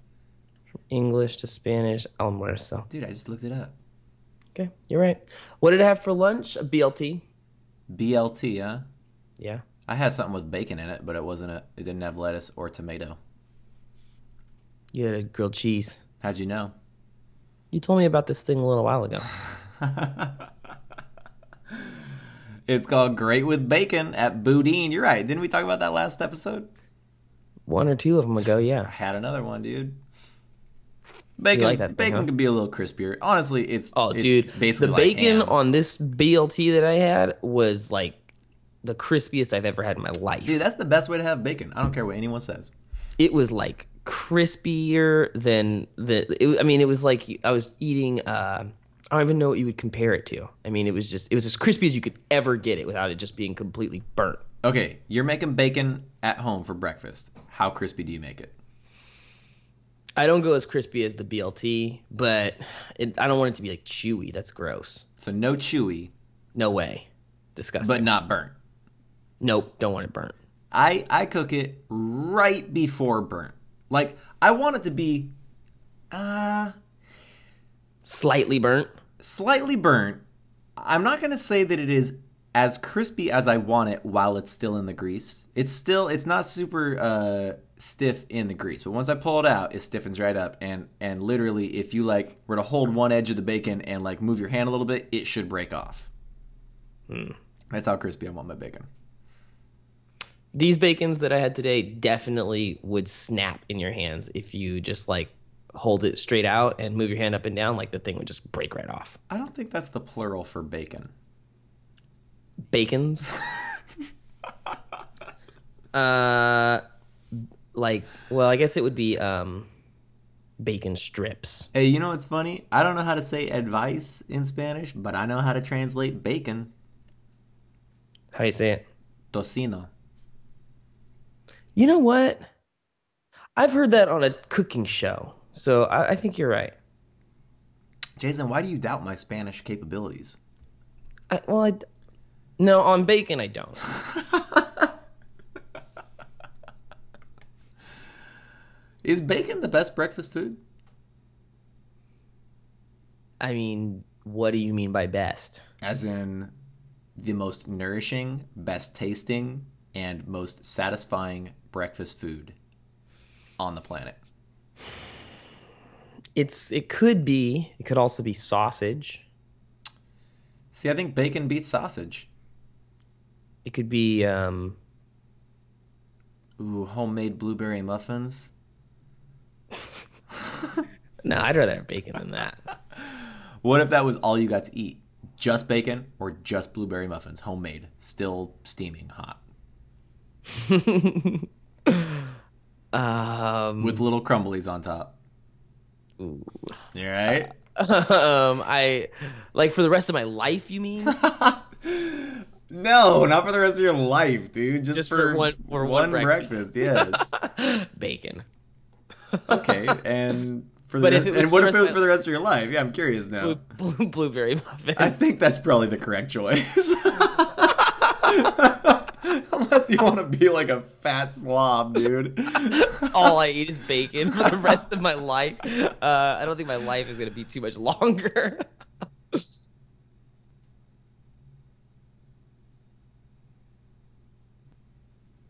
Speaker 2: English to Spanish, almuerzo.
Speaker 1: Dude, I just looked it up.
Speaker 2: Okay, you're right. What did I have for lunch? A BLT.
Speaker 1: BLT, huh?
Speaker 2: Yeah.
Speaker 1: I had something with bacon in it, but it wasn't. A, it didn't have lettuce or tomato.
Speaker 2: You had a grilled cheese.
Speaker 1: How'd you know?
Speaker 2: You told me about this thing a
Speaker 1: (sighs)
Speaker 2: little while ago.
Speaker 1: It's called Great with Bacon at Boudin. You're right. Didn't we talk about that last episode?
Speaker 2: One or two of them ago, yeah.
Speaker 1: I had another one, dude. Bacon,
Speaker 2: like that thing,
Speaker 1: bacon
Speaker 2: huh?
Speaker 1: could be a little crispier. Honestly, it's
Speaker 2: Oh,
Speaker 1: it's
Speaker 2: dude,
Speaker 1: basically
Speaker 2: the
Speaker 1: like
Speaker 2: bacon
Speaker 1: ham.
Speaker 2: on this BLT that I had was like the crispiest I've ever had in my life.
Speaker 1: Dude, that's the best way to have bacon. I don't care what anyone says.
Speaker 2: it was like crispier than the. It, I mean, it was like you- I was eating. Uh, I don't even know what you would compare it to. I mean, it was just it was as crispy as you could ever get it without it just being completely burnt.
Speaker 1: Okay, you're making bacon at home for breakfast. How crispy do you make it?
Speaker 2: I don't go as crispy as the BLT, but it, I don't want it to be like chewy. That's gross.
Speaker 1: So no chewy,
Speaker 2: No way. Disgusting.
Speaker 1: but not burnt.
Speaker 2: nope, don't want it burnt.
Speaker 1: I I cook it right before burnt. Like I want it to be uh
Speaker 2: Slightly burnt.
Speaker 1: slightly burnt. I'm not gonna say that it is as crispy as I want it while it's still in the grease. It's still it's not super uh, stiff in the grease, but once I pull it out, it stiffens right up. And and literally, if you like were to hold one edge of the bacon and like move your hand a little bit, it should break off. That's how crispy I want my bacon.
Speaker 2: These bacons that I had today definitely would snap in your hands if you just like hold it straight out and move your hand up and down. Like the thing would just break right off.
Speaker 1: I don't think that's the plural for bacon.
Speaker 2: Bacons. uh, like well, I guess it would be um, bacon strips.
Speaker 1: Hey, you know what's funny? I don't know how to say advice in Spanish, but I know how to translate bacon.
Speaker 2: How do you say it?
Speaker 1: Tocino.
Speaker 2: You know what? I've heard that on a cooking show, so I, I think you're right.
Speaker 1: Jason, why do you doubt my Spanish capabilities?
Speaker 2: I, well, I no on bacon I don't.
Speaker 1: Is bacon the best breakfast food?
Speaker 2: I mean, what do you mean by best?
Speaker 1: As in the most nourishing, best tasting, and most satisfying breakfast food on the planet.
Speaker 2: It's it could be. It could also be sausage.
Speaker 1: See, I think bacon beats sausage.
Speaker 2: It could be um
Speaker 1: Ooh, homemade blueberry muffins.
Speaker 2: no, I'd rather have bacon than that.
Speaker 1: What if that was all you got to eat? Just bacon or just blueberry muffins, homemade, still steaming hot,
Speaker 2: um, (laughs)
Speaker 1: with little crumblies on top. Ooh. You right?
Speaker 2: um I like for the rest of my life, you mean?
Speaker 1: No, not for the rest of your life, dude. Just,
Speaker 2: Just for one- for one breakfast. (laughs)
Speaker 1: yes.
Speaker 2: bacon.
Speaker 1: okay, and for the
Speaker 2: But
Speaker 1: rest,
Speaker 2: if it was
Speaker 1: and what
Speaker 2: for
Speaker 1: if
Speaker 2: us-
Speaker 1: it was for the rest of your life? Yeah, I'm curious now.
Speaker 2: Blue, blue, blueberry muffin.
Speaker 1: Oh. I think that's probably the correct choice. (laughs) Unless you want to be like a fat slob,
Speaker 2: (laughs)
Speaker 1: dude.
Speaker 2: (laughs) all I eat is bacon for the rest of my life. Uh, I don't think my life is going to be too much longer. (laughs)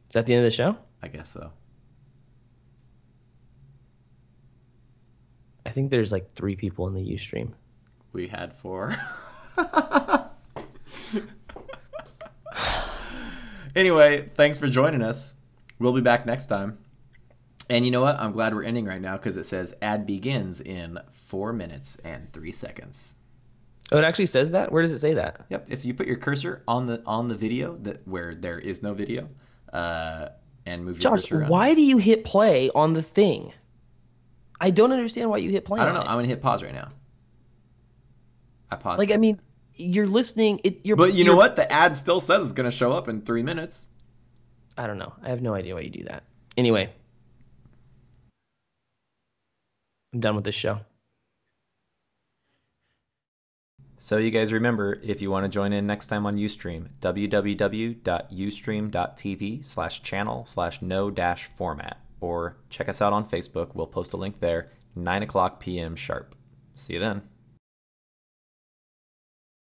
Speaker 2: is that the end of the show?
Speaker 1: I guess so.
Speaker 2: I think there's like three people in the Ustream.
Speaker 1: We had four. anyway, thanks for joining us. We'll be back next time. And you know what? I'm glad we're ending right now because it says ad begins in four minutes and three seconds.
Speaker 2: Oh, it actually says that? Where does it say that?
Speaker 1: Yep. If you put your cursor on the on the video that where there is no video, uh, and move your
Speaker 2: Josh,
Speaker 1: cursor around.
Speaker 2: why do you hit play on the thing? I don't understand why you hit play.
Speaker 1: I don't know.
Speaker 2: on
Speaker 1: I'm gonna hit pause right now.
Speaker 4: I paused.
Speaker 2: Like I mean, you're listening. It you're
Speaker 4: but you know
Speaker 2: you're-
Speaker 4: what? The ad still says it's going to show up in three minutes.
Speaker 2: I don't know. I have no idea why you do that. Anyway, I'm done with this show.
Speaker 1: So you guys remember, if you want to join in next time on Ustream, www.ustream.tv slash channel slash no dash format, or check us out on Facebook. We'll post a link there, 9 o'clock p.m. sharp. See you then.